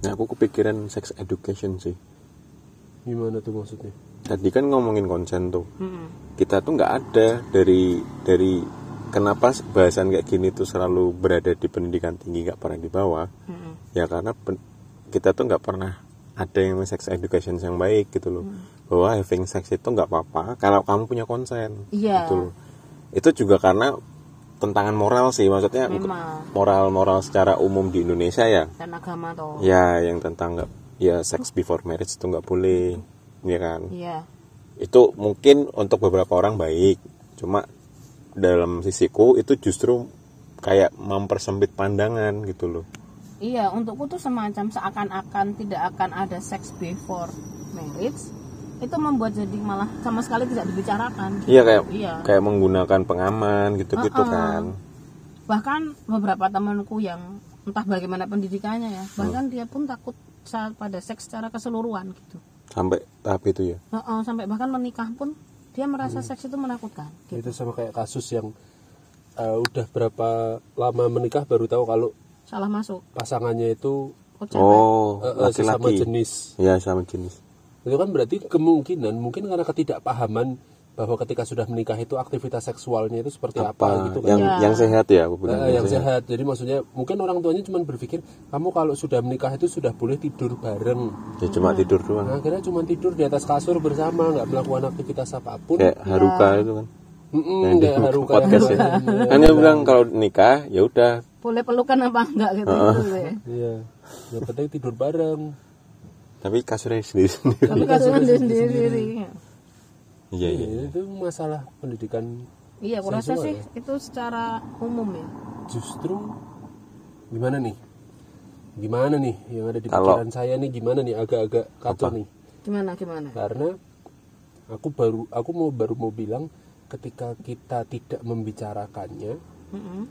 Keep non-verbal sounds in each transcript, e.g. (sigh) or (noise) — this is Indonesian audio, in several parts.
Nah, aku kepikiran sex education sih. Gimana tuh maksudnya? Tadi kan ngomongin konsen tuh. Kita tuh nggak ada dari dari kenapa bahasan kayak gini tuh selalu berada di pendidikan tinggi nggak pernah di bawah. Ya karena pen- kita tuh nggak pernah ada yang sex education yang baik gitu loh. Mm. Bahwa having sex itu nggak apa-apa kalau kamu punya konsen. Iya. Gitu loh. Itu juga karena tentangan moral sih maksudnya Memang. moral-moral secara umum di Indonesia ya dan agama toh ya yang tentang nggak ya sex before marriage itu nggak boleh ya kan iya itu mungkin untuk beberapa orang baik cuma dalam sisiku itu justru kayak mempersempit pandangan gitu loh iya untukku tuh semacam seakan-akan tidak akan ada sex before marriage itu membuat jadi malah sama sekali tidak dibicarakan iya kayak Iya. kayak menggunakan pengaman gitu gitu Uh-uh. kan bahkan beberapa temanku yang entah bagaimana pendidikannya Hmm. ya bahkan dia pun takut saat pada seks secara keseluruhan gitu sampai tahap itu ya Heeh, sampai bahkan menikah pun dia merasa Hmm. seks itu menakutkan gitu. Itu sama kayak kasus yang eh, udah berapa lama menikah baru tahu kalau salah masuk pasangannya itu kok cewek oh eh, eh, sesama laki-laki jenis. ya sama jenis Itu kan berarti kemungkinan mungkin karena ketidakpahaman bahwa ketika sudah menikah itu aktivitas seksualnya itu seperti apa, apa gitu Ah, kan. yang Ya. yang sehat ya aku Nah, bilang yang sehat. Jadi maksudnya mungkin orang tuanya cuma berpikir kamu kalau sudah menikah itu sudah boleh tidur bareng. ya cuma tidur doang Nah, akhirnya cuma tidur di atas kasur bersama, nggak melakukan aktivitas apapun. kayak haruka Iya. itu kan Mm-mm, yang di kayak haru kayak podcast ya. haru. Kan dia bilang kalau nikah ya udah boleh pelukan apa enggak gitu, gitu ya. Iya. Yang penting tidur bareng. tapi kasurnya sendiri (laughs) sendiri. tapi kasurnya sendiri sendiri ya. Iya iya. Iya, itu masalah pendidikan iya aku rasa Sensual sih itu secara umum ya justru gimana nih? Gimana nih yang ada di Kalau- pikiran saya nih gimana nih agak-agak kacau nih. gimana gimana karena aku baru aku mau baru mau bilang ketika kita tidak membicarakannya Mm-mm.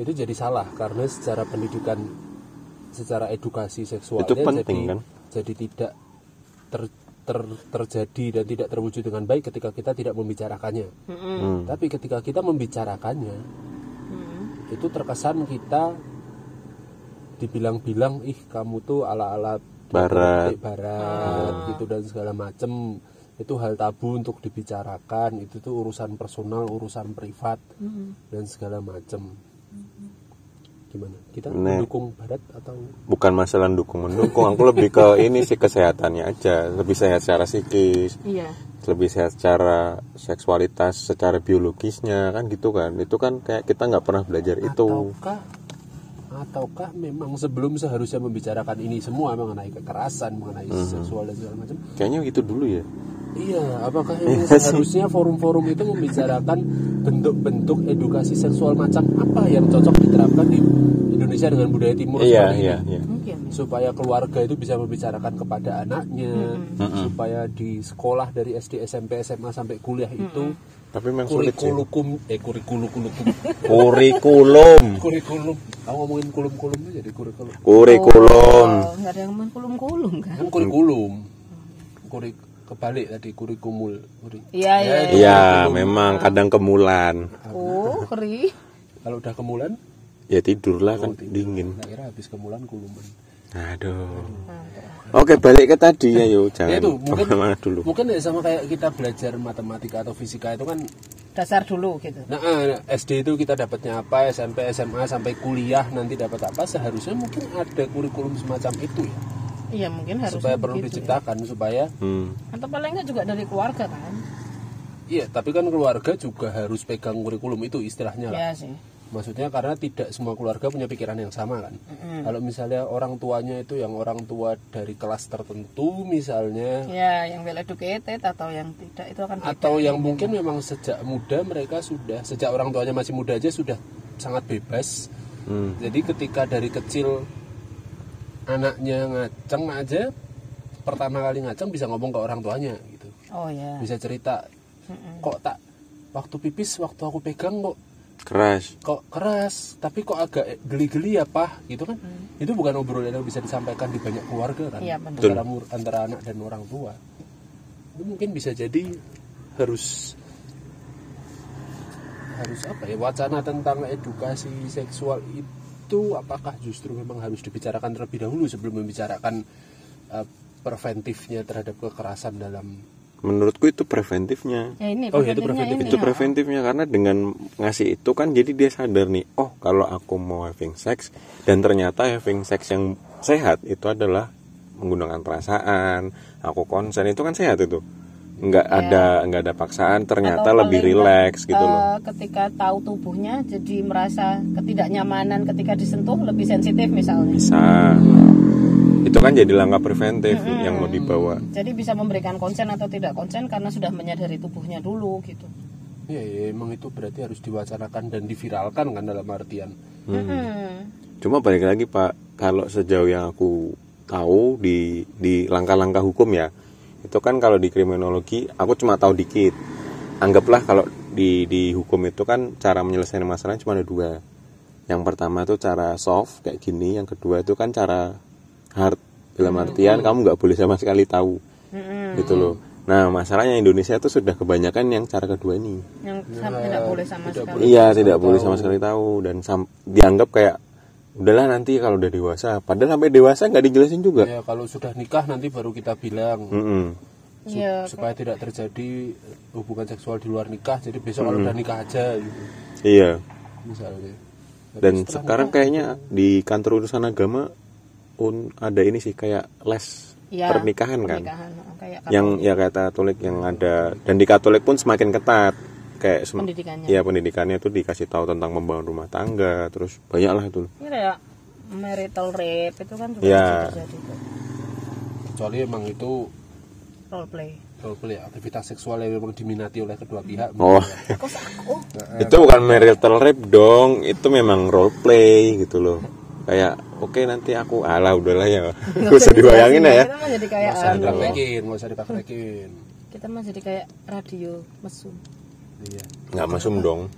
itu jadi salah karena secara pendidikan secara edukasi seksualnya Itu penting, jadi, kan? jadi tidak ter- ter- terjadi dan tidak terwujud dengan baik ketika kita tidak membicarakannya Mm-mm. Hmm. tapi ketika kita membicarakannya Mm-mm. itu terkesan kita dibilang-bilang ih kamu tuh ala-ala Barat. barat gitu dan segala macem itu hal tabu untuk dibicarakan itu tuh urusan personal urusan privat Mm-mm. dan segala macem gimana kita Nek. mendukung barat atau Bukan masalah dukung mendukung, aku lebih ke ini sih kesehatannya aja, lebih sehat secara psikis, iya lebih sehat secara seksualitas, secara biologisnya kan gitu kan. Itu kan kayak kita nggak pernah belajar itu. ataukah ataukah memang sebelum seharusnya membicarakan ini semua mengenai kekerasan mengenai Hmm. seksual dan segala macam Kayaknya gitu dulu ya. Iya, (laughs) apakah ini seharusnya forum-forum itu membicarakan bentuk-bentuk edukasi seksual macam apa yang cocok diterapkan di Indonesia dengan budaya timur Iya seperti iya ini? iya. mungkin Supaya keluarga itu bisa membicarakan kepada anaknya, supaya di sekolah dari SD, SMP, SMA sampai kuliah itu Tapi memang sulit sih. kurikulum eh kurikulum (laughs) Kurikulum, kurikulum. Aku ngomongin kulum-kulum itu jadi kurikulum. kurikulum. Oh, nggak ada yang main kulum-kulum kan Kan kurikulum. Kurik kebalik tadi kurikumul. Kuri- iya iya iya. Iya, memang kadang kemulan. oh keri Kalau udah kemulan Ya tidurlah kan dingin. Nggak kira habis kemulan kuluman. Aduh. Oke, balik ke tadi ya, yuk. Jangan Ya itu mungkin kemana-mana dulu. mungkin ya sama kayak kita belajar matematika atau fisika itu kan dasar dulu gitu nah, eh, SD itu kita dapatnya apa SMP SMA sampai kuliah nanti dapat apa seharusnya mungkin ada kurikulum semacam itu ya iya mungkin harus supaya perlu diciptakan supaya Hmm. atau paling nggak juga dari keluarga kan iya tapi kan keluarga juga harus pegang kurikulum itu istilahnya lah iya sih Maksudnya karena tidak semua keluarga punya pikiran yang sama kan. Kalau misalnya orang tuanya itu yang orang tua dari kelas tertentu misalnya Ya, yang well educated atau yang tidak itu akan beda. atau yang mungkin memang sejak muda mereka sudah sejak orang tuanya masih muda aja sudah sangat bebas Hmm. jadi ketika dari kecil anaknya ngaceng aja pertama kali ngaceng bisa ngomong ke orang tuanya gitu Oh ya. bisa cerita kok tak waktu pipis waktu aku pegang kok Crash. kok keras tapi kok agak geli-geli ya pah gitu kan itu bukan obrolan yang bisa disampaikan di banyak keluarga kan Hmm. Iya, benar. antara, mur- antara anak dan orang tua itu mungkin bisa jadi harus harus apa ya wacana tentang edukasi seksual itu itu apakah justru memang harus dibicarakan terlebih dahulu sebelum membicarakan eh, preventifnya terhadap kekerasan dalam menurutku itu preventifnya ya ini Oh, ya, itu preventif. preventifnya ini itu ha. preventifnya karena dengan ngasih itu kan jadi dia sadar nih oh kalau aku mau having sex dan ternyata having sex yang sehat itu adalah menggunakan perasaan aku konsen itu kan sehat itu nggak Iya. ada nggak ada paksaan ternyata Atau lebih paling nggak, rileks gitu eh, loh ketika tahu tubuhnya jadi merasa ketidaknyamanan ketika disentuh lebih sensitif misalnya bisa itu kan jadi langkah preventif yang mau dibawa jadi bisa memberikan konsen atau tidak konsen karena sudah menyadari tubuhnya dulu gitu ya, ya emang itu berarti harus diwacanakan dan diviralkan kan dalam artian Mm-mm. Cuma balik lagi Pak, kalau sejauh yang aku tahu di di langkah-langkah hukum ya, itu kan kalau di kriminologi aku cuma tahu dikit. Anggaplah kalau di di hukum itu kan cara menyelesaikan masalah cuma ada dua. Yang pertama itu cara soft kayak gini, yang kedua itu kan cara hard dalam artian kamu nggak boleh sama sekali tahu Mm-mm. gitu loh. Nah masalahnya Indonesia itu sudah kebanyakan yang cara kedua ini. yang sama- tidak boleh sama tidak sekali boleh. Iya sama Ya, tidak sekali boleh tahu. sama sekali tahu dan sam- dianggap kayak udahlah nanti kalau udah dewasa. Padahal sampai dewasa nggak dijelasin juga. ya Iya. kalau sudah nikah nanti baru kita bilang Mm-mm. Sup- Iya, supaya tidak terjadi eh, hubungan seksual di luar nikah jadi besok Hmm. kalau udah nikah aja gitu, Iya. misalnya Tapi Dan setelah sekarang kayaknya di kantor urusan agama un ada ini sih kayak les Iya, pernikahan kan. pernikahan oh, kayak Yang ya kata Katolik yang ada dan di Katolik pun semakin ketat kayak sem- Pendidikannya. Iya pendidikannya tuh dikasih tahu tentang membangun rumah tangga terus banyak lah itu. ini kayak marital rape itu kan juga Iya. bisa terjadi tuh. kecuali emang itu role (laughs) play kalau boleh aktivitas seksual yang memang diminati oleh kedua pihak Oh. kok aku itu bukan marital rape dong itu memang role play gitu loh kayak oke nanti aku alah udahlah ya (laughs) gak usah dibayangin lah ya kita mah jadi kayak Nggak usah anu, dipraktekin nggak usah dipraktekin kita mah jadi kayak radio mesum iya nggak masum dong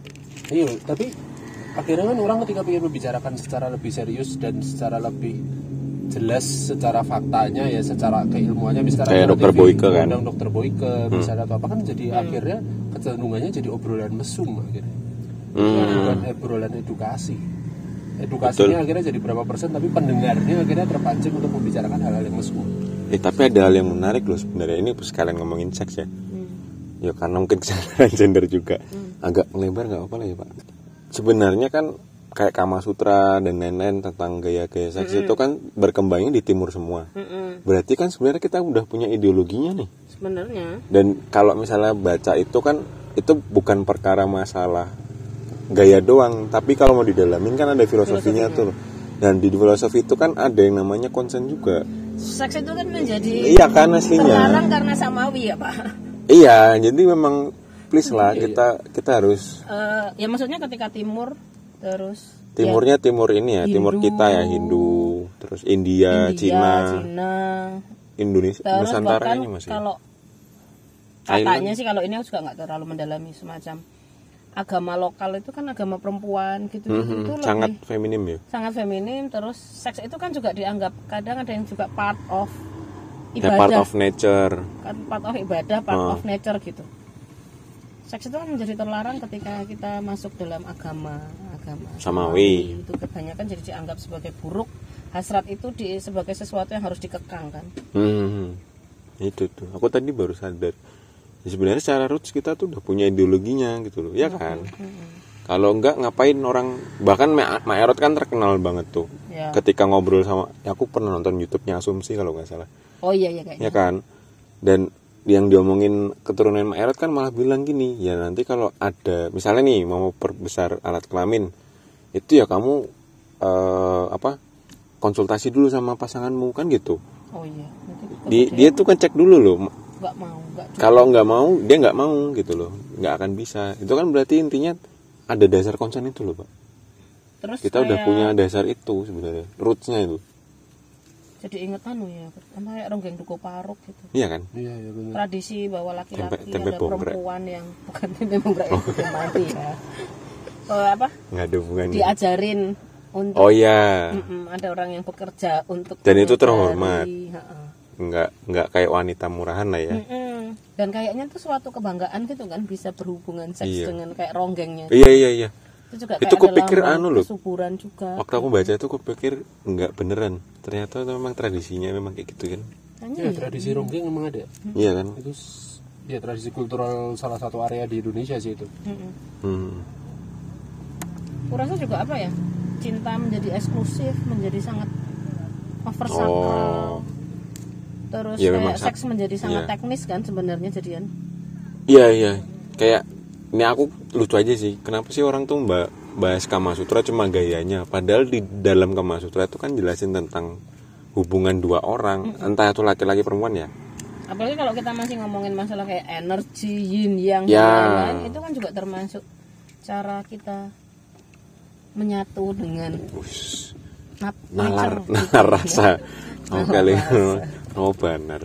Iya, tapi akhirnya kan orang ketika ingin membicarakan secara lebih serius dan secara lebih jelas secara faktanya ya secara keilmuannya misalnya Kayak dokter Boyke kan? undang dokter Boyke misalnya atau apa kan jadi akhirnya kecenderungannya jadi obrolan mesum akhirnya Hmm. bukan obrolan edukasi edukasinya akhirnya jadi berapa persen tapi pendengarnya akhirnya terpancing untuk membicarakan hal-hal yang mesum eh tapi ada hal yang menarik loh sebenarnya ini sekalian ngomongin seks ya ya karena mungkin (laughs) kesalahan gender juga agak melebar nggak apa lah ya pak sebenarnya kan kayak Kama Sutra dan lain-lain tentang gaya-gaya seks itu kan berkembangnya di timur semua berarti kan sebenarnya kita udah punya ideologinya nih sebenarnya dan kalau misalnya baca itu kan itu bukan perkara masalah gaya doang tapi kalau mau didalamin kan ada filosofinya tuh dan di filosofi itu kan ada yang namanya konsen juga seks itu kan menjadi iya kan aslinya terlarang karena samawi ya pak iya jadi memang please lah kita kita harus Eh, ya maksudnya ketika timur terus Iya. timurnya timur ini ya timur kita ya Hindu terus India, India, Eh, Cina Cina Indonesia terus bahkan Nusantaranya masih kalau Thailand. katanya sih kalau ini aku juga nggak terlalu mendalami semacam agama lokal itu kan agama perempuan gitu gitu Mhm, itu lebih sangat feminim ya sangat feminim terus seks itu kan juga dianggap kadang ada yang juga part of ya part ibadah of nature kan part of ibadah part Ah. of nature gitu seks itu kan menjadi terlarang ketika kita masuk dalam agama agama Samawi. itu kebanyakan jadi dianggap sebagai buruk hasrat itu di, sebagai sesuatu yang harus dikekang kan Hmm, itu tuh. Aku tadi baru sadar. Ya, sebenarnya secara roots kita tuh udah punya ideologinya gitu loh, ya kan? Kalau enggak ngapain orang bahkan Ma- Maerot kan terkenal banget tuh. ya Ketika ngobrol sama, ya, aku pernah nonton YouTube-nya Asumsi kalau nggak salah, oh iya iya kayaknya ya kan? Dan yang diomongin keturunan Maerot kan malah bilang gini, ya nanti kalau ada misalnya nih mau perbesar alat kelamin, itu ya kamu eh, apa? konsultasi dulu sama pasanganmu kan gitu. oh iya Nanti kalau Di, dia tuh kan cek dulu loh nggak mau nggak kalau nggak mau dia nggak mau gitu loh nggak akan bisa itu kan berarti intinya ada dasar konsen itu loh pak terus kita udah kayak- punya dasar itu sebenarnya rootsnya itu jadi inget anu ya apa kayak ronggeng duko paruk gitu iya kan iya iya benar tradisi bahwa laki-laki Tempe- tempe ada bongkrek. perempuan yang bukan tempe (laughs) bongkrek itu udah mati ya Eh, apa nggak ada hubungannya diajarin untuk oh iya Mm-mm, ada orang yang bekerja untuk Dan itu menyadari, terhormat. ha-ha. nggak nggak kayak wanita murahan lah ya Mm-mm. dan kayaknya itu suatu kebanggaan gitu kan bisa berhubungan seks Iya. dengan kayak ronggengnya iya iya iya itu juga Itu kupikir anu loh. suburan juga waktu aku baca itu aku pikir nggak beneran ternyata itu memang tradisinya memang kayak gitu kan Kayaknya Ya, iya. tradisi ronggeng memang ada. iya kan Itu s- ya tradisi kultural salah satu area di Indonesia sih itu. Mm-mm. hmm. kurasa juga apa ya cinta menjadi eksklusif menjadi sangat oh oversakral terus Ya, memang kayak sak- seks menjadi sangat iya. teknis kan sebenarnya jadian iya iya kayak ini aku lucu aja sih kenapa sih orang tuh mbak bahas Kama Sutra cuma gayanya padahal di dalam Kama Sutra itu kan jelasin tentang hubungan dua orang entah itu laki-laki perempuan ya apalagi kalau kita masih ngomongin masalah kayak energi yin yang Ya. itu kan juga termasuk cara kita menyatu dengan Ush, nat- nalar nature. gitu. nalar rasa Iya. Nalar oke kali rasa. oh benar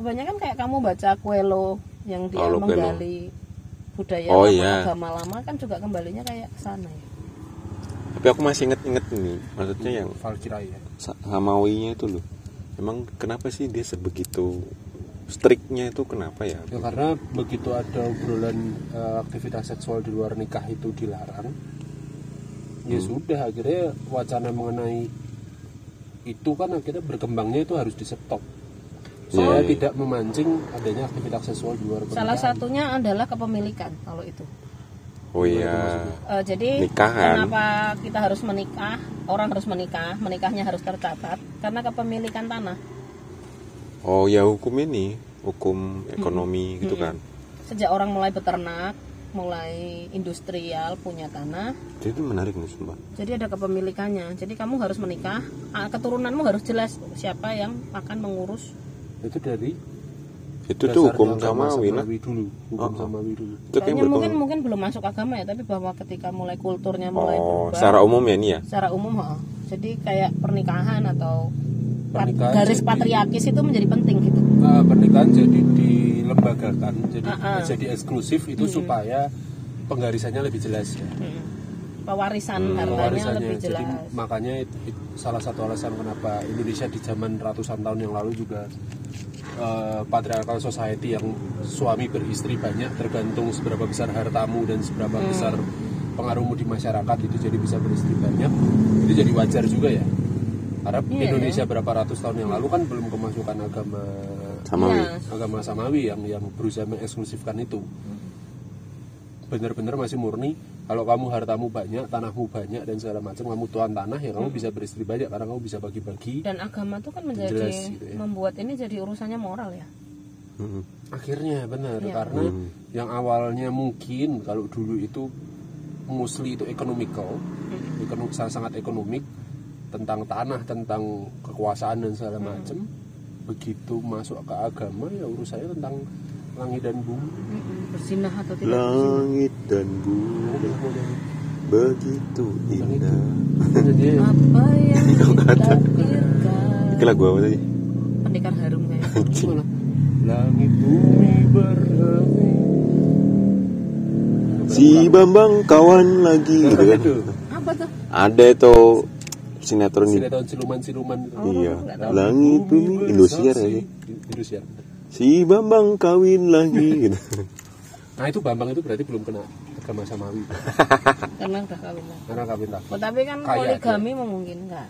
kebanyakan kayak kamu baca Coelho yang dia Paulo Coelho. menggali budaya Oh, lama, iya. agama lama kan juga kembalinya kayak ke sana ya tapi aku masih inget-inget ini maksudnya yang Valkyrie ya. Sa- Samawinya itu loh emang kenapa sih dia sebegitu striknya itu kenapa ya Ya, karena begitu ada obrolan eh, aktivitas seksual di luar nikah itu dilarang, Hmm. ya sudah akhirnya wacana mengenai itu kan akhirnya berkembangnya itu harus di stop. Iya, Saya iya. tidak memancing adanya aktivitas seksual di luar pernikahan. salah satunya adalah kepemilikan kalau itu oh iya Eh, jadi Nikahan. kenapa kita harus menikah orang harus menikah menikahnya harus tercatat karena kepemilikan tanah oh ya hukum ini hukum ekonomi gitu kan sejak orang mulai beternak mulai industrial punya tanah jadi itu menarik nih sumpah jadi ada kepemilikannya jadi kamu harus menikah ah, keturunanmu harus jelas siapa yang akan mengurus itu dari itu tuh dasarnya hukum agama Samawi nah samawi dulu, hukum samawi dulu. itu kayak kayaknya mungkin berkembang mungkin belum masuk agama ya tapi bahwa ketika mulai kulturnya mulai oh berubah secara umum ya ini ya secara umum ha. jadi kayak pernikahan atau pat- Pernikahan garis jadi- patriarkis itu menjadi penting gitu Nah, pernikahan jadi dilembagakan, jadi jadi eksklusif itu supaya penggarisannya lebih jelas ya. Mm. pewarisan hartanya pewarisannya. lebih Hmm, Jadi jelas makanya it- it- salah satu alasan kenapa Indonesia di zaman ratusan tahun yang lalu juga eh, patriarchal society yang suami beristri banyak tergantung seberapa besar hartamu dan seberapa Hmm. besar pengaruhmu di masyarakat itu jadi bisa beristri banyak itu jadi wajar juga ya. Karena Iya ya. Indonesia berapa ratus tahun yang lalu kan belum kemasukan agama Samawi Iya. agama samawi yang yang berusaha mengeksklusifkan itu benar-benar masih murni kalau kamu hartamu banyak tanahmu banyak dan segala macam kamu tuan tanah ya kamu bisa beristri banyak karena kamu bisa bagi-bagi dan agama tuh kan menjadi Jelas gitu ya. membuat ini jadi urusannya moral ya Mm-mm. akhirnya benar karena yang awalnya mungkin kalau dulu itu mostly itu ekonomikal ekonomi sangat ekonomik tentang tanah tentang kekuasaan dan segala macam begitu masuk ke agama ya urusannya tentang langit dan bumi Mm-mm. Hmm, berzinah atau tidak langit dan bumi begitu indah Jadi, ya, apa yang ditakdirkan itu lagu apa tadi pendekar harum kayak anjing Langit bumi berhenti. si Bambang kawan lagi gitu kan itu apa tuh ada itu sinetron ini sinetron siluman-siluman itu. iya langit bumi Indosiar ya sih Indosiar. si Bambang kawin (laughs) lagi gitu. Nah itu Bambang itu berarti belum kena agama samawi karena udah kawin lah karena kawin lah. oh, tapi kan Kaya, poligami memungkinkan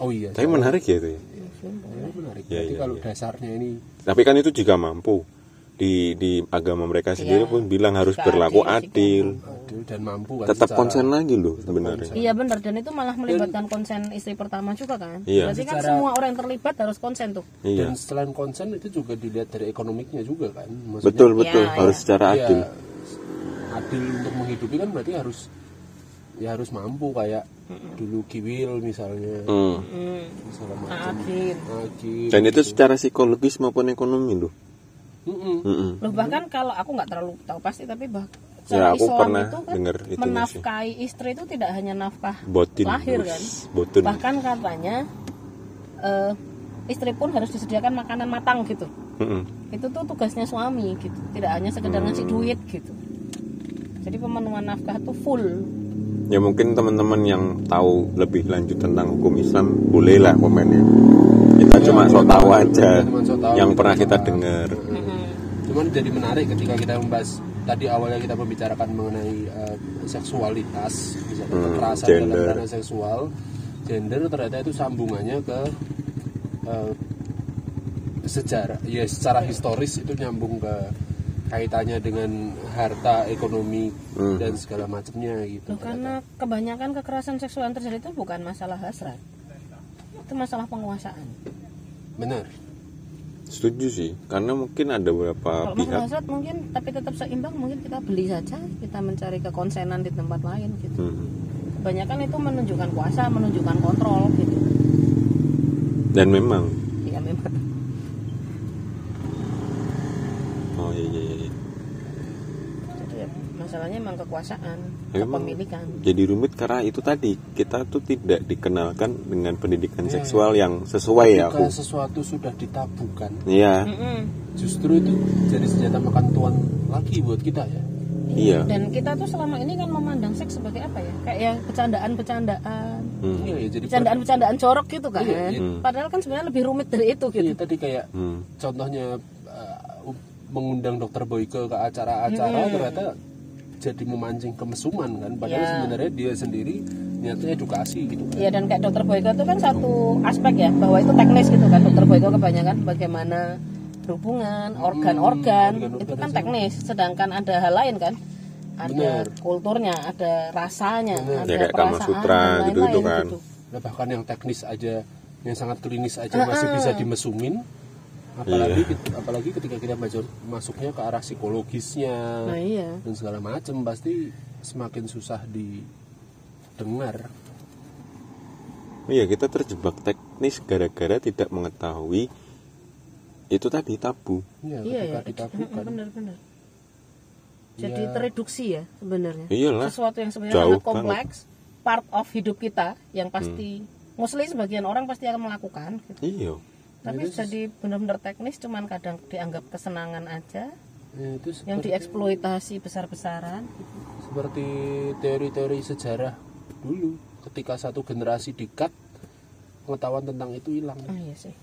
Oh iya. Tapi menarik ya itu ya. Ini menarik. Iya, Jadi iya, kalau iya. dasarnya ini Tapi kan itu jika mampu di di agama mereka sendiri Iya. pun bilang harus Jika berlaku adil, jika adil. adil dan mampu kan Tetap secara- konsen lagi loh sebenarnya. Iya benar dan itu malah melibatkan konsen istri pertama juga kan. Iya. Berarti kan Secara- semua orang yang terlibat harus konsen tuh. Iya. Dan selain konsen itu juga dilihat dari ekonomiknya juga kan. Maksudnya, Betul betul Iya, harus iya. secara ya, adil. adil untuk menghidupi kan berarti harus ya harus mampu kayak dulu Kiwil misalnya Hmm. Hmm. segala macam Nah, Adil. Adil. Dan itu secara psikologis maupun ekonomi loh. Mm-mm. Mm-mm. Loh bahkan kalau aku nggak terlalu tahu pasti tapi bah Ya, cara aku Islam pernah itu kan dengar itu menafkahi istri itu tidak hanya nafkah Botin. lahir Wih, kan. Botin. Bahkan katanya eh, istri pun harus disediakan makanan matang gitu. Mm-mm. Itu tuh tugasnya suami gitu. Tidak hanya sekedar ngasih duit gitu. Jadi pemenuhan nafkah tuh full. Ya mungkin teman-teman yang tahu lebih lanjut tentang hukum Islam bolehlah komennya. Kita Ya, cuma sok teman-teman, tahu aja teman-teman sok tahu, yang kita pernah kita paham. Hmm. dengar. Mm-mm. cuman jadi menarik ketika kita membahas tadi awalnya kita membicarakan mengenai eh, seksualitas, misalnya Hmm, kekerasan gender. dalam ranah seksual, gender ternyata itu sambungannya ke eh, sejarah, ya secara historis itu nyambung ke kaitannya dengan harta, ekonomi Hmm. dan segala macamnya gitu. Loh, karena kebanyakan kekerasan seksual yang terjadi itu bukan masalah hasrat itu masalah penguasaan Benar. setuju sih karena mungkin ada beberapa kalau masalah pihak hasrat mungkin tapi tetap seimbang mungkin kita beli saja kita mencari kekonsenan di tempat lain gitu Hmm. kebanyakan itu menunjukkan kuasa menunjukkan kontrol gitu dan memang ya memang oh iya iya iya Jadi ya, masalahnya memang kekuasaan Emang- kepemilikan jadi rumit karena itu tadi kita tuh tidak dikenalkan dengan pendidikan Iya, seksual yang sesuai ya Jika aku sesuatu sudah ditabukan, iya Mm-mm. justru itu jadi senjata makan tuan lagi buat kita ya. iya dan kita tuh selama ini kan memandang seks sebagai apa ya kayak ya bercandaan-bercandaan Hmm. Iya, ya, jadi bercandaan-bercandaan jorok gitu kan Iya, iya. padahal kan sebenarnya lebih rumit dari itu Iya, gitu tadi kayak Hmm. contohnya uh, mengundang dokter Boyke ke acara-acara ternyata jadi memancing kemesuman kan padahal Ya. sebenarnya dia sendiri niatnya edukasi gitu kan. Iya dan kayak dokter Boyko itu kan satu aspek ya bahwa itu teknis gitu kan dokter Boyko kebanyakan bagaimana berhubungan organ-organ organ-organ itu kan teknis sedangkan ada hal lain kan Benar. ada kulturnya ada rasanya Benar. ada Ya, kayak Kama perasaan Sutra dan gitu-gitu lain-lain kan. gitu. Nah, bahkan yang teknis aja yang sangat klinis aja masih bisa dimesumin apalagi apalagi ketika kita masuk masuknya ke arah psikologisnya nah iya dan segala macam pasti semakin susah didengar Iya kita terjebak teknis gara-gara tidak mengetahui itu tadi tabu. ya, iya ketika Iya. ya ditabukan benar-benar jadi tereduksi ya sebenarnya Iyalah. sesuatu yang sebenarnya Jauh sangat kompleks part of hidup kita yang Hmm. pasti mostly sebagian orang pasti akan melakukan gitu. Iya. Nah, tapi jadi benar-benar teknis cuman kadang dianggap kesenangan aja Ya, itu yang dieksploitasi besar-besaran gitu. seperti teori-teori sejarah dulu ketika satu generasi dikat pengetahuan tentang itu hilang ah iya sih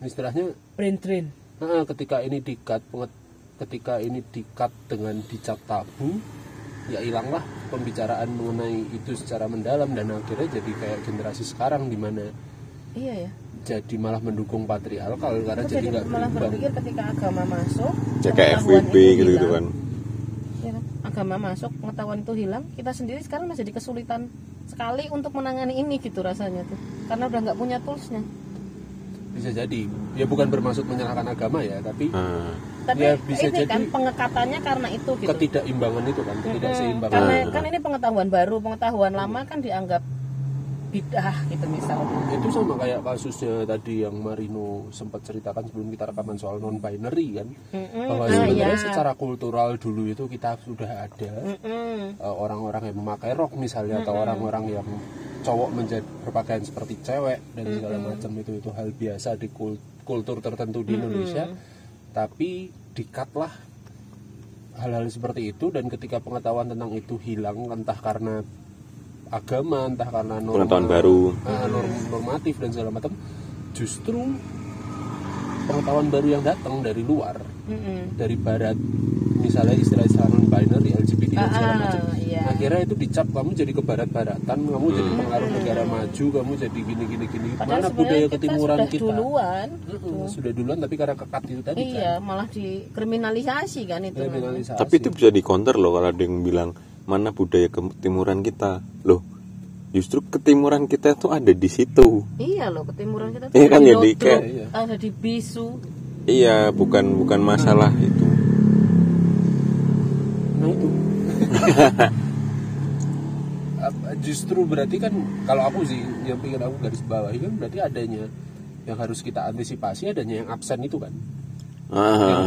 istilahnya brain drain "Ah, ketika ini dikat penget- ketika ini dikat dengan dicat tabu ya hilanglah pembicaraan mengenai itu secara mendalam dan akhirnya jadi kayak generasi sekarang di mana iya ya jadi malah mendukung patriarkal karena aku jadi jadi nggak malah berimbang. berpikir ketika agama masuk Ya kayak pengetahuan FWB itu gitu gitu hilang. kan. Iya kan? agama masuk pengetahuan itu hilang kita sendiri sekarang masih di kesulitan sekali untuk menangani ini gitu rasanya tuh karena udah nggak punya toolsnya bisa jadi ya bukan bermaksud menyalahkan agama ya tapi Ah, tapi Ya, bisa ini kan jadi- pengekatannya karena itu gitu ketidakimbangan itu kan Hmm, ketidakseimbangan karena kan ini pengetahuan baru pengetahuan lama kan dianggap bidah gitu misalnya itu sama kayak kasusnya tadi yang Marino sempat ceritakan sebelum kita rekaman soal non binary kan Mm-mm. bahwa Ah, sebenarnya iya. secara kultural dulu itu kita sudah ada eh, Mm-mm. orang-orang yang memakai rok misalnya atau orang-orang yang cowok menjadi berpakaian seperti cewek dan segala macam itu itu hal biasa di kul- kultur tertentu di Indonesia tapi dikatlah hal-hal seperti itu dan ketika pengetahuan tentang itu hilang entah karena agama entah karena norma Pengetahuan baru. eh, norm- normatif dan segala macam justru pengetahuan baru yang datang dari luar Mm-mm. dari barat misalnya istilah-istilah non binary LGBT dan Gitu, segala macam Ah, iya. Hmm. akhirnya itu dicap kamu jadi ke barat-baratan kamu jadi pengaruh negara maju kamu jadi gini gini gini mana Padahal sebenarnya budaya kita ketimuran sudah kita kan- duluan. Mm-mm, sudah duluan tapi karena kekat itu tadi Iya, malah dikriminalisasi kan itu. kan kriminalisasi Tapi itu bisa di counter loh kalau ada yang bilang mana budaya ketimuran kita. Loh, justru ketimuran kita tuh ada di situ. Iya loh, ketimuran kita Iya kan, ada jadi Lodro, kayak- Iya. ada di bisu. Iya, bukan bukan masalah itu. nah (laughs) itu Apa- justru berarti kan kalau aku sih yang pikir aku garis bawahi kan berarti adanya yang harus kita antisipasi adanya yang absen itu kan yang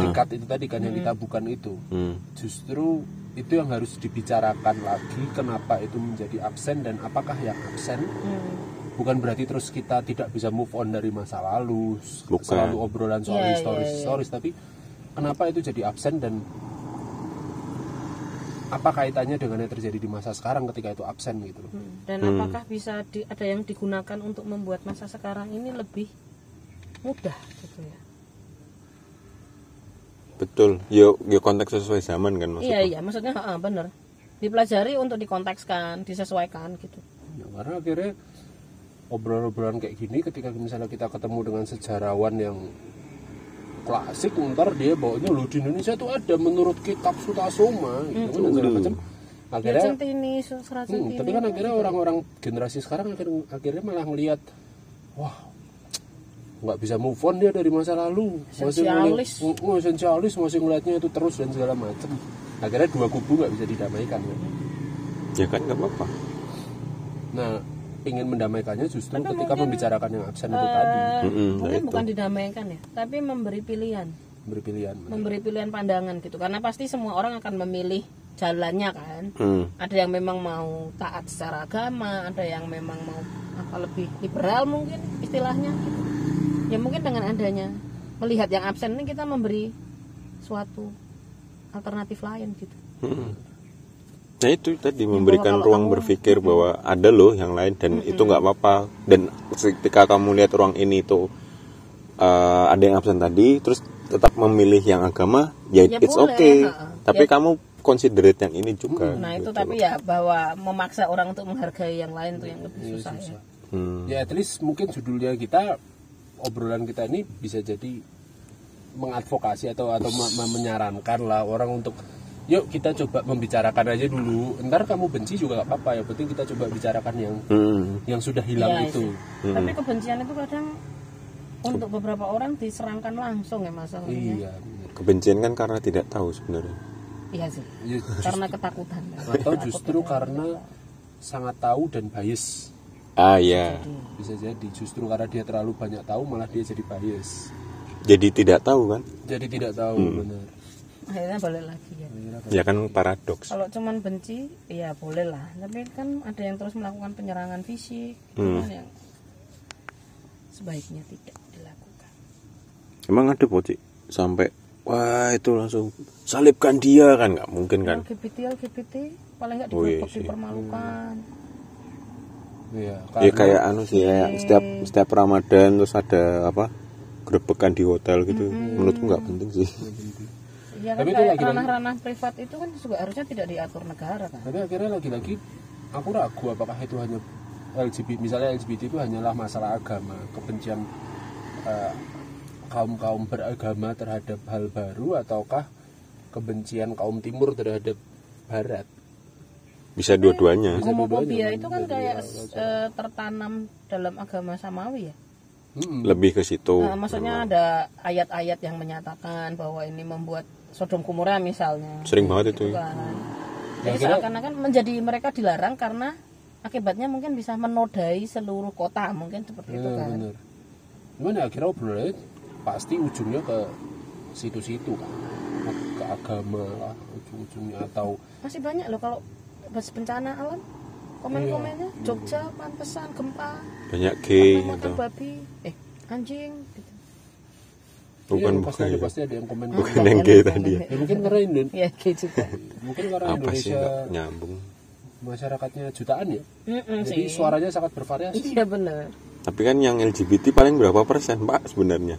Ah, dikat itu tadi kan yang kita bukan itu hmm. justru itu yang harus dibicarakan lagi kenapa itu menjadi absen dan apakah yang absen Hmm. bukan berarti terus kita tidak bisa move on dari masa lalu s- Bukan. selalu obrolan soal Iya, historis iya, iya. historis tapi kenapa itu jadi absen dan apa kaitannya dengan yang terjadi di masa sekarang ketika itu absen gitu loh Hmm. Dan apakah bisa di, ada yang digunakan untuk membuat masa sekarang ini lebih mudah gitu ya? betul yo yo konteks sesuai zaman kan maksudnya iya iya maksudnya heeh, bener dipelajari untuk dikontekskan disesuaikan gitu Ya, karena akhirnya obrolan-obrolan kayak gini ketika misalnya kita ketemu dengan sejarawan yang klasik ntar dia bawanya lu di Indonesia tuh ada menurut kitab Sutasoma gitu kan, dan segala macam Iya, akhirnya Dirjen Tini, Surat Hmm, tapi kan akhirnya gitu. orang-orang generasi sekarang akhirnya, akhirnya malah ngelihat wah nggak bisa move on dia dari masa lalu masih ngeliat- Esensialis. Mm, mm, esensialis masih ngelihatnya itu terus dan segala macam akhirnya dua kubu nggak bisa didamaikan kan. ya kan nggak apa-apa nah ingin mendamaikannya justru ketika membicarakan yang absen eh, itu tadi Mm-mm, nah mungkin itu. bukan didamaikan ya tapi memberi pilihan berpilihan memberi pilihan pandangan gitu karena pasti semua orang akan memilih jalannya kan Hmm, ada yang memang mau taat secara agama ada yang memang mau apa lebih liberal mungkin istilahnya gitu. ya mungkin dengan adanya melihat yang absen ini kita memberi suatu alternatif lain gitu mm-mm. Hmm. nah itu tadi memberikan Ya, kalau ruang kamu- Hmm. berpikir bahwa ada loh yang lain dan itu nggak apa-apa dan ketika kamu lihat ruang ini tuh eh, ada yang absen tadi terus tetap memilih yang agama ya, Ya it's boleh, okay ha. tapi kamu considerate yang ini juga gitu Hmm, nah itu tapi ya bahwa memaksa orang untuk menghargai yang lain tuh yang Iya, lebih susah, ya. Hmm. ya at least mungkin judulnya kita obrolan kita ini bisa jadi mengadvokasi atau atau me- me- menyarankan lah orang untuk yuk kita coba membicarakan aja dulu ntar kamu benci juga gak apa-apa yang penting kita coba bicarakan yang Hmm. yang sudah hilang Iya, itu Hmm. tapi kebencian itu kadang untuk beberapa orang diserangkan langsung ya masalahnya iya bener. kebencian kan karena tidak tahu sebenarnya iya sih Ya, karena (laughs) ketakutan atau justru karena sangat tahu dan bias ah ya bisa jadi justru karena dia terlalu banyak tahu malah dia jadi bias jadi tidak tahu kan jadi tidak tahu Hmm. benar akhirnya balik lagi ya ya kan paradoks kalau cuman benci ya boleh lah tapi kan ada yang terus melakukan penyerangan fisik itu Hmm. kan yang sebaiknya tidak dilakukan Emang ada pocik sampai wah itu langsung salibkan dia kan nggak mungkin kan? LGBT LGBT paling nggak Oh, iya digebek sih. Hmm. dipermalukan Ya Iya, karena- iya. kayak anu sih kayak setiap setiap Ramadan terus ada apa grebekan di hotel gitu. Menurutku nggak penting sih. ya kan Tapi itu kayak lagi-lagi- ranah-ranah privat itu kan juga harusnya tidak diatur negara kan Tapi akhirnya lagi-lagi aku ragu apakah itu hanya LGBT misalnya LGBT itu hanyalah masalah agama kebencian eh, kaum-kaum beragama terhadap hal baru ataukah kebencian kaum timur terhadap barat Bisa dua-duanya. homofobia itu kan kayak eh, tertanam dalam agama samawi ya Mm-mm. Lebih ke situ. Nah, maksudnya ada ayat-ayat yang menyatakan bahwa ini membuat Sodom Gomora misalnya Sering banget itu. gitu ya. kan. ya Jadi seakan-akan menjadi mereka dilarang karena akibatnya mungkin bisa menodai seluruh kota mungkin seperti gitu itu Iya, kan. bener. Cuman ya akhirnya obrolannya pasti ujungnya ke situ-situ kan ke agama lah ujung-ujungnya atau Masih banyak loh kalau pas bencana alam komen-komennya Jogja pantesan gempa Banyak gay Iya, pernah makan kan, atau babi eh anjing gitu. bukan Iya, pasti bukan ada ya. pasti ada yang komen Ah, Bukan yang iya, gay tadi ya. ya mungkin karena Indo- ya gitu juga. mungkin karena Apa sih Indonesia nggak nyambung? masyarakatnya jutaan ya Mm-mm jadi sih. suaranya sangat bervariasi Iya benar. Tapi kan yang LGBT paling berapa persen pak sebenarnya?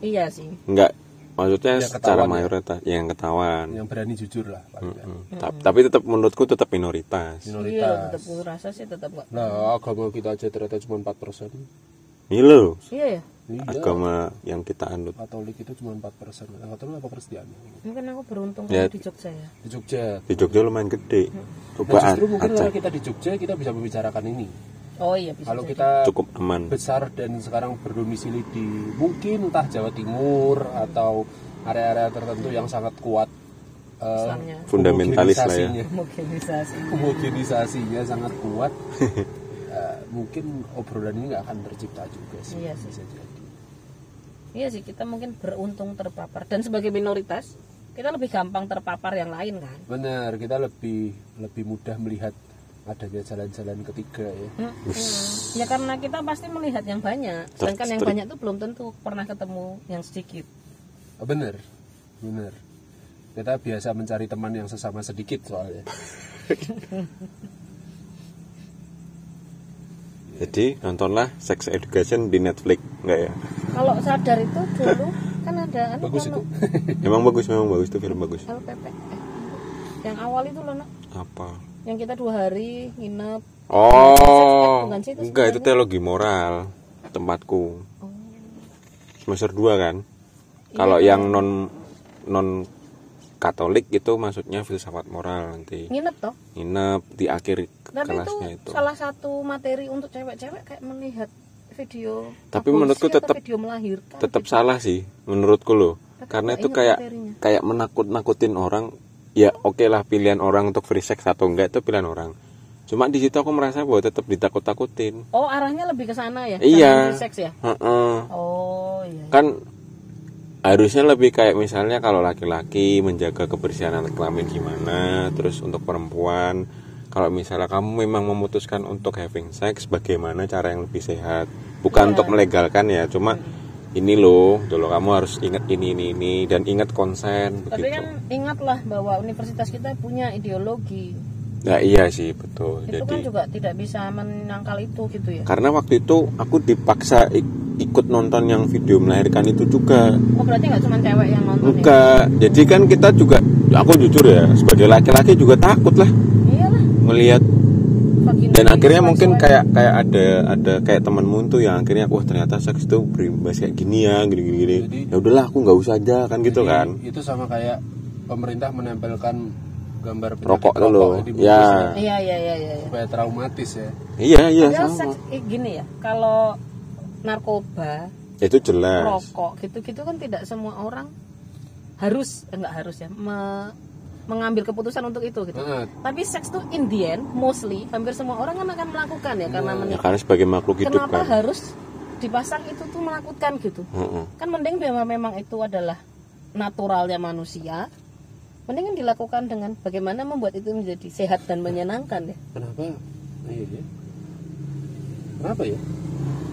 Iya sih. Nggak maksudnya Yang secara ketahuan ya. mayoritas yang ketahuan. yang berani jujur lah paling nggak. Hmm. Ta- Tapi tetap menurutku tetap minoritas. Iya minoritas tetap gue rasa sih tetap gak. nah agama kita aja ternyata cuma 4 persen Ini loh Iya ya. iya agama yang kita anut. Katolik itu cuma 4 persen Katolik apa Kristiani Mungkin aku beruntung Ya. kalau di Jogja ya. di Jogja di Jogja lumayan gede Hmm. nah, cobaan justru mungkin aja kalau kita di Jogja kita bisa membicarakan ini Oh iya bisa. kalau (laughs) jadi. kita cukup aman besar dan sekarang berdomisili di mungkin entah Jawa Timur atau area-area tertentu yang sangat kuat eh, Islamnya. Fundamentalis lah ya. homogenisasinya. Mobilisasi. homogenisasinya sangat (laughs) kuat eh, mungkin obrolan ini nggak akan tercipta juga sih Iya sih. bisa jadi Iya sih kita mungkin beruntung terpapar dan sebagai minoritas kita lebih gampang terpapar yang lain kan. benar kita lebih lebih mudah melihat adanya jalan-jalan ketiga ya Ya karena kita pasti melihat yang banyak. Sedangkan yang Terstrik. banyak itu belum tentu pernah ketemu yang sedikit. Oh, benar benar kita biasa mencari teman yang sesama sedikit soalnya jadi nontonlah Sex Education di Netflix enggak ya (laughs) Kalau sadar itu dulu kan ada anu Bagus kan, itu. Nok. Memang bagus, memang bagus itu film bagus. LPP Eh, yang awal itu loh Nok. Apa? yang kita dua hari nginep Oh, Bukan sih itu enggak itu sebenarnya? teologi moral tempatku. Oh. Semester 2 kan. Iya. Kalau yang non non Katolik itu maksudnya filsafat moral nanti. nginep toh Nginep di akhir dan itu, kelasnya itu. salah satu materi untuk cewek-cewek kayak melihat video Tapi aborsi menurutku atau tetep- video melahirkan Tetap salah sih menurutku loh. Tetep Karena nggak itu ingat kayak materinya. kayak menakut-nakutin orang. Ya oke lah pilihan orang untuk free sex atau enggak itu pilihan orang. Cuma di situ aku merasa bahwa tetap ditakut-takutin. oh arahnya lebih ke sana ya Iya. Jangan seks ya Heeh. oh iya kan harusnya lebih kayak misalnya kalau laki-laki menjaga kebersihan anak kelamin gimana terus untuk perempuan kalau misalnya kamu memang memutuskan untuk having sex bagaimana cara yang lebih sehat bukan Iya. untuk melegalkan ya cuma ini loh dulu kamu harus ingat ini ini ini dan ingat konsen tapi begitu kan ingatlah bahwa universitas kita punya ideologi nah iya sih betul jadi itu kan juga tidak bisa menangkal itu gitu ya karena waktu itu aku dipaksa ik- ikut nonton yang video melahirkan itu juga oh berarti nggak cuma cewek yang nonton ya Enggak, jadi kan kita juga, aku jujur ya, sebagai laki-laki juga takut lah iyalah melihat vagina dan di akhirnya mungkin seksual. kayak kayak ada ada kayak temanmu tuh yang akhirnya wah ternyata seks itu berimbas kayak gini ya gini gini, gini. Jadi- ya udahlah aku nggak usah aja kan gitu Jadi, kan Itu sama kayak pemerintah menempelkan gambar penyakit Rokok dulu, di bungkus ya. ya, iya iya iya iya, iya. supaya traumatis ya. iya iya Padahal sama seks eh, gini ya kalau narkoba itu jelas rokok gitu-gitu kan tidak semua orang harus eh, nggak harus ya me- mengambil keputusan untuk itu gitu. Heeh. Tapi seks tuh in the end mostly hampir semua orang kan akan melakukan ya karena ya, menikah. karena sebagai makhluk hidup kan Kenapa harus dipasang itu tuh menakutkan gitu? Heeh. Kan mending memang memang itu adalah naturalnya manusia. Mending kan dilakukan dengan bagaimana membuat itu menjadi sehat dan menyenangkan ya. Kenapa? Iya. ya. Kenapa ya?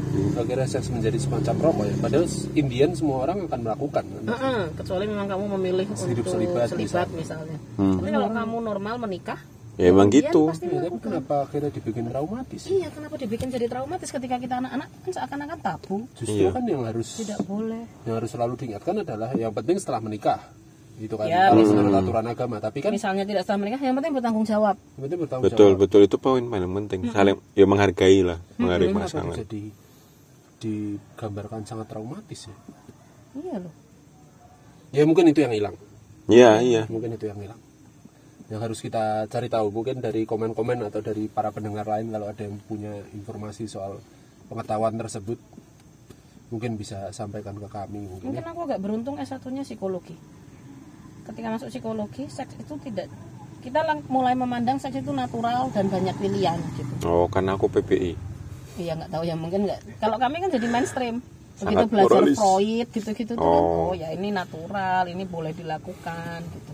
Akhirnya seks menjadi semacam rokok ya. Padahal Indian semua orang akan melakukan. kan? Heeh, kecuali memang kamu memilih Hidup untuk selibat misalnya. Hmm. Tapi kalau kamu normal menikah, ya emang kemudian gitu pasti Iya, tapi melakukan. kenapa akhirnya dibikin traumatis? Iya, kenapa dibikin jadi traumatis ketika kita anak-anak kan seakan-akan tabu, Justru Iya. kan yang harus tidak boleh. yang harus selalu diingatkan adalah yang penting setelah menikah. Itu kan Ya, kalau misalnya. menurut aturan agama, tapi kan Misalnya tidak setelah menikah, yang penting bertanggung jawab. yang penting bertanggung betul jawab. betul itu poin paling penting saling ya menghargai lah menghargai Kenapa pasangan jadi digambarkan sangat traumatis ya? Iya loh. Ya mungkin itu yang hilang. iya iya Mungkin itu yang hilang. Yang harus kita cari tahu mungkin dari komen-komen atau dari para pendengar lain kalau ada yang punya informasi soal pengetahuan tersebut mungkin bisa sampaikan ke kami mungkin. ya. Mungkin aku agak beruntung S1-nya psikologi. Ketika masuk psikologi, seks itu tidak kita lang- mulai memandang seks itu natural dan banyak pilihan gitu. oh karena aku PPI Iya nggak tahu ya mungkin nggak. Kalau kami kan jadi mainstream. Begitu Sangat belajar pluralis. Freud gitu-gitu tuh kan, Oh. oh ya ini natural, ini boleh dilakukan gitu.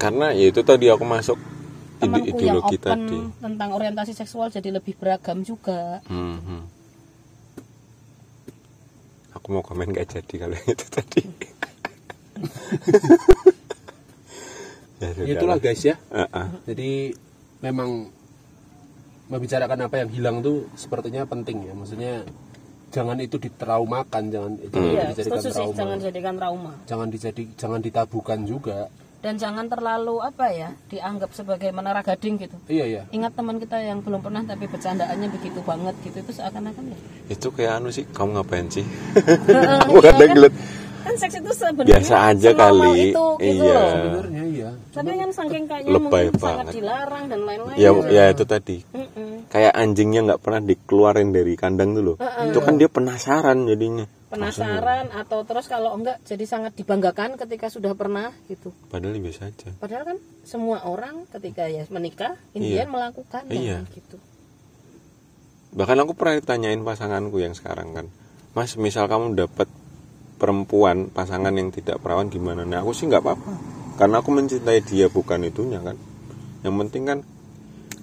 karena ya itu tadi aku masuk ide Temanku yang ideologi open tadi tentang orientasi seksual jadi lebih beragam juga. Hmm, hmm. Aku mau komen gak jadi kalau (laughs) itu (laughs) tadi. ya, sudah Ya, Itulah lah. guys ya. Ah, ah. Jadi memang membicarakan apa yang hilang tuh sepertinya penting ya. Maksudnya jangan itu ditraumakan, jangan itu Iya, dijadikan setuju sih trauma. jangan jadikan trauma. Jangan dijadi jangan ditabukan juga. Dan jangan terlalu apa ya, dianggap sebagai menara gading gitu. Iya ya. Ingat teman kita yang belum pernah tapi bercandaannya begitu banget gitu itu seakan-akan ya. Itu kayak anu sih, kamu ngapain sih? (laughs) Heeh, Aku kadang kan- gelet. Kan seks itu sebenarnya Biasa Ya, aja senormal kali. Itu, gitu Iya. loh. Sebenarnya iya. Tapi kan saking kayaknya Lebay mungkin banget. sangat dilarang dan lain-lain. gitu. Ya, ya itu tadi. Mm-mm. Kayak anjingnya nggak pernah dikeluarin dari kandang dulu. Itu kan dia penasaran jadinya. Penasaran atau terus kalau enggak jadi sangat dibanggakan ketika sudah pernah gitu. Padahal ya biasa aja. Padahal kan semua orang ketika ya menikah, Iya. Indian melakukannya Iya. gitu. Bahkan aku pernah ditanyain pasanganku yang sekarang kan, Mas, misal kamu dapat perempuan pasangan yang tidak perawan gimana? Nah aku sih nggak apa-apa, karena aku mencintai dia bukan itunya kan. Yang penting kan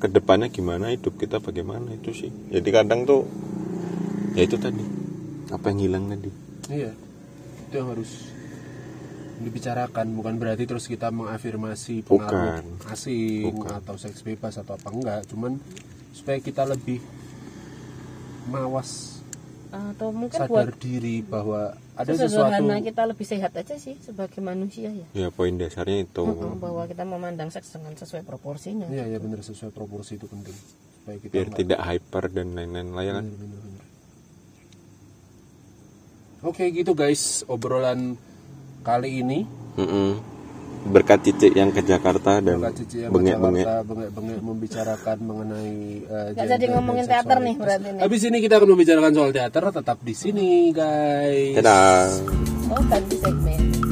kedepannya gimana hidup kita bagaimana itu sih. Jadi kadang tuh ya itu tadi apa yang hilang tadi. Iya. Itu yang harus dibicarakan bukan berarti terus kita mengafirmasi pengaruh Bukan. asing Bukan. atau seks bebas atau apa enggak cuman supaya kita lebih mawas atau mungkin Kan buat sadar diri bahwa ada sesuatu sesederhana kita lebih sehat aja sih sebagai manusia ya ya poin dasarnya itu Mm-mm, bahwa kita memandang seks dengan sesuai proporsinya Iya ya benar sesuai proporsi itu penting supaya kita biar nggak- tidak hyper dan lain-lain lah ya kan Bener, bener, bener. Oke gitu guys obrolan kali ini Mm-mm. berkat cicik yang ke Jakarta dan Mbak Cici yang bengek-bengek Jakarta bengek-bengek membicarakan mengenai eh, Nggak gender jadi dan ngomongin teater nih seksualitas. berarti nih Habis ini kita akan membicarakan soal teater tetap di sini guys. dadah oh ganti segmen